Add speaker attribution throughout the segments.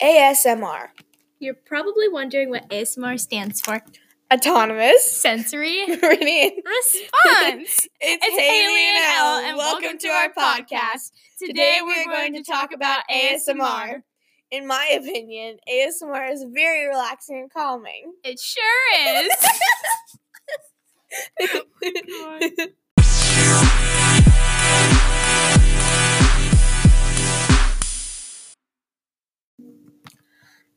Speaker 1: ASMR.
Speaker 2: You're probably wondering what ASMR stands for.
Speaker 1: Autonomous.
Speaker 2: Sensory response.
Speaker 1: Meridian.
Speaker 2: it's
Speaker 1: It's,
Speaker 2: Haley and Elle, and welcome to our podcast. Today we're going to talk about ASMR.
Speaker 1: In my opinion, ASMR is very relaxing and calming.
Speaker 2: It sure is.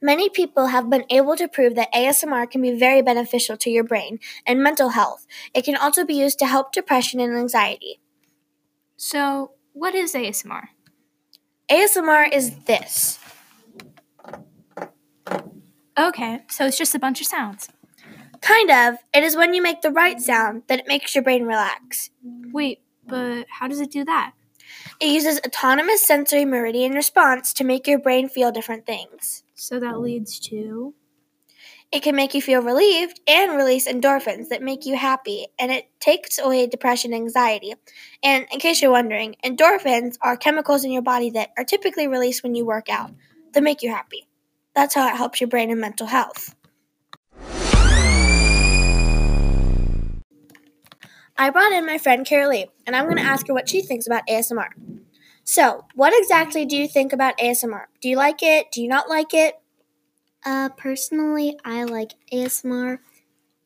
Speaker 1: Many people have been able to prove that ASMR can be very beneficial to your brain and mental health. It can also be used to help depression and anxiety.
Speaker 2: so, what is ASMR?
Speaker 1: ASMR is this.
Speaker 2: Okay, so it's just a bunch of sounds.
Speaker 1: Kind of. It is when you make the right sound that it makes your brain relax.
Speaker 2: Wait, but how does it do that?
Speaker 1: It uses autonomous sensory meridian response to make your brain feel different things.
Speaker 2: So that leads to.
Speaker 1: It can make you feel relieved and release endorphins that make you happy, and it takes away depression and anxiety. And in case you're wondering, endorphins are chemicals in your body that are typically released when you work out that make you happy. That's how it helps your brain and mental health. I brought in my friend Carolee, and I'm going to ask her what she thinks about ASMR. So, what exactly do you think about ASMR? Do you like it? Do you not like it?
Speaker 3: Uh, personally, I like ASMR.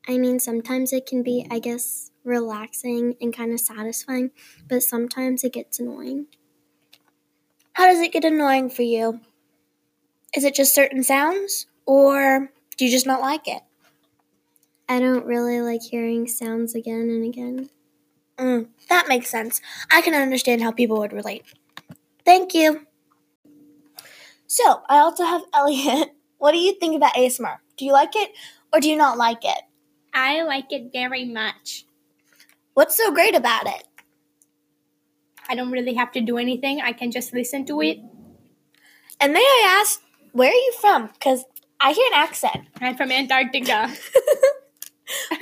Speaker 3: I mean, sometimes it can be, I guess, relaxing and kind of satisfying, but sometimes it gets annoying.
Speaker 1: How does it get annoying for you? Is it just certain sounds, or do you just not like it?
Speaker 3: I don't really like hearing sounds again and again.
Speaker 1: Mm, that makes sense. I can understand how people would relate. Thank you. So, I also have Elliot. What do you think about ASMR? Do you like it, or do you not like it?
Speaker 2: I like it very much.
Speaker 1: What's so great about it?
Speaker 2: I don't really have to do anything, I can just listen to it.
Speaker 1: And may I ask, where are you from? Because I hear an accent.
Speaker 2: I'm from Antarctica.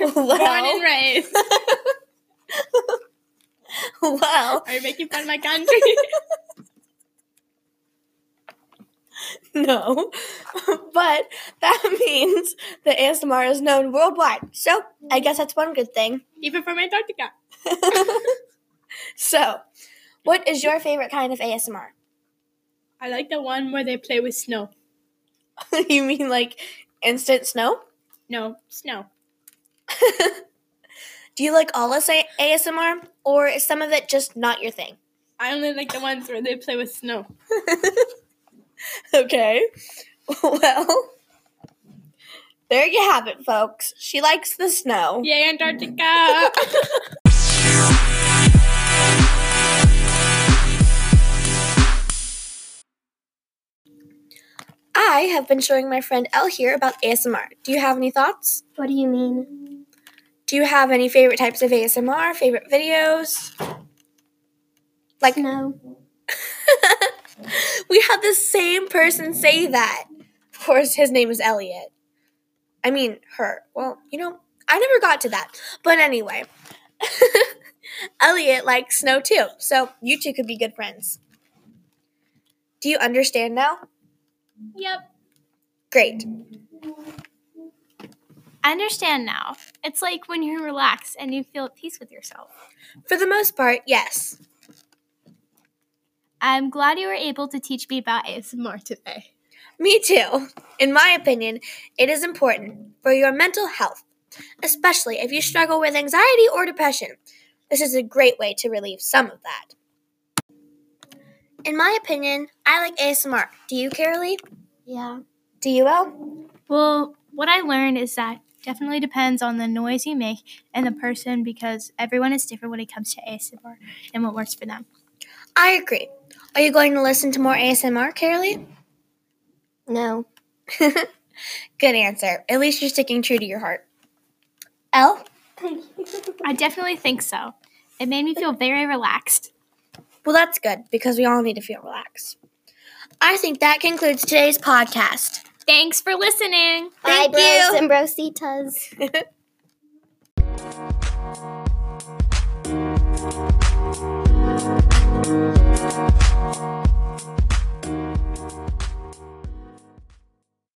Speaker 2: Born and
Speaker 1: well,
Speaker 2: raised.
Speaker 1: well,
Speaker 2: Are you making fun of my country?
Speaker 1: No, but that means that ASMR is known worldwide. So I guess that's one good thing.
Speaker 2: Even from Antarctica.
Speaker 1: so, what is your favorite kind of ASMR?
Speaker 2: I like the one where they play with snow.
Speaker 1: you mean like instant snow?
Speaker 2: No, snow.
Speaker 1: Do you like all this A- ASMR, or is some of it just not your thing?
Speaker 2: I only like the ones where they play with snow.
Speaker 1: Okay. Well, there you have it, folks. She likes the snow.
Speaker 2: Yay, Antarctica!
Speaker 1: I have been showing my friend Elle here about ASMR. Do you have any thoughts?
Speaker 3: What do you mean?
Speaker 1: Do you have any favorite types of ASMR, favorite videos? Like,
Speaker 3: No.
Speaker 1: we had the same person say that. Of course, his name is Elliot. I mean, her. Well, you know, I never got to that. But anyway, Elliot likes snow too, so you two could be good friends. Do you understand now?
Speaker 2: yep.
Speaker 1: Great.
Speaker 2: I understand now. It's like when you're relaxed and you feel at peace with yourself.
Speaker 1: For the most part, yes.
Speaker 2: I'm glad you were able to teach me about ASMR today.
Speaker 1: Me too. In my opinion, it is important for your mental health, especially if you struggle with anxiety or depression. This is a great way to relieve some of that. In my opinion, I like ASMR. Do you, Carolee?
Speaker 3: Yeah.
Speaker 1: Do you, Elle?
Speaker 2: Well, what I learned is that definitely depends on the noise you make and the person because everyone is different when it comes to ASMR and what works for them.
Speaker 1: I agree. Are you going to listen to more ASMR, Carolee?
Speaker 3: No.
Speaker 1: Good answer. At least you're sticking true to your heart. Elle?
Speaker 2: I definitely think so. It made me feel very relaxed.
Speaker 1: Well, that's good because we all need to feel relaxed. I think that concludes today's podcast.
Speaker 2: Thanks for listening.
Speaker 1: Thank
Speaker 3: Bye,
Speaker 1: you.
Speaker 3: bros and brositas.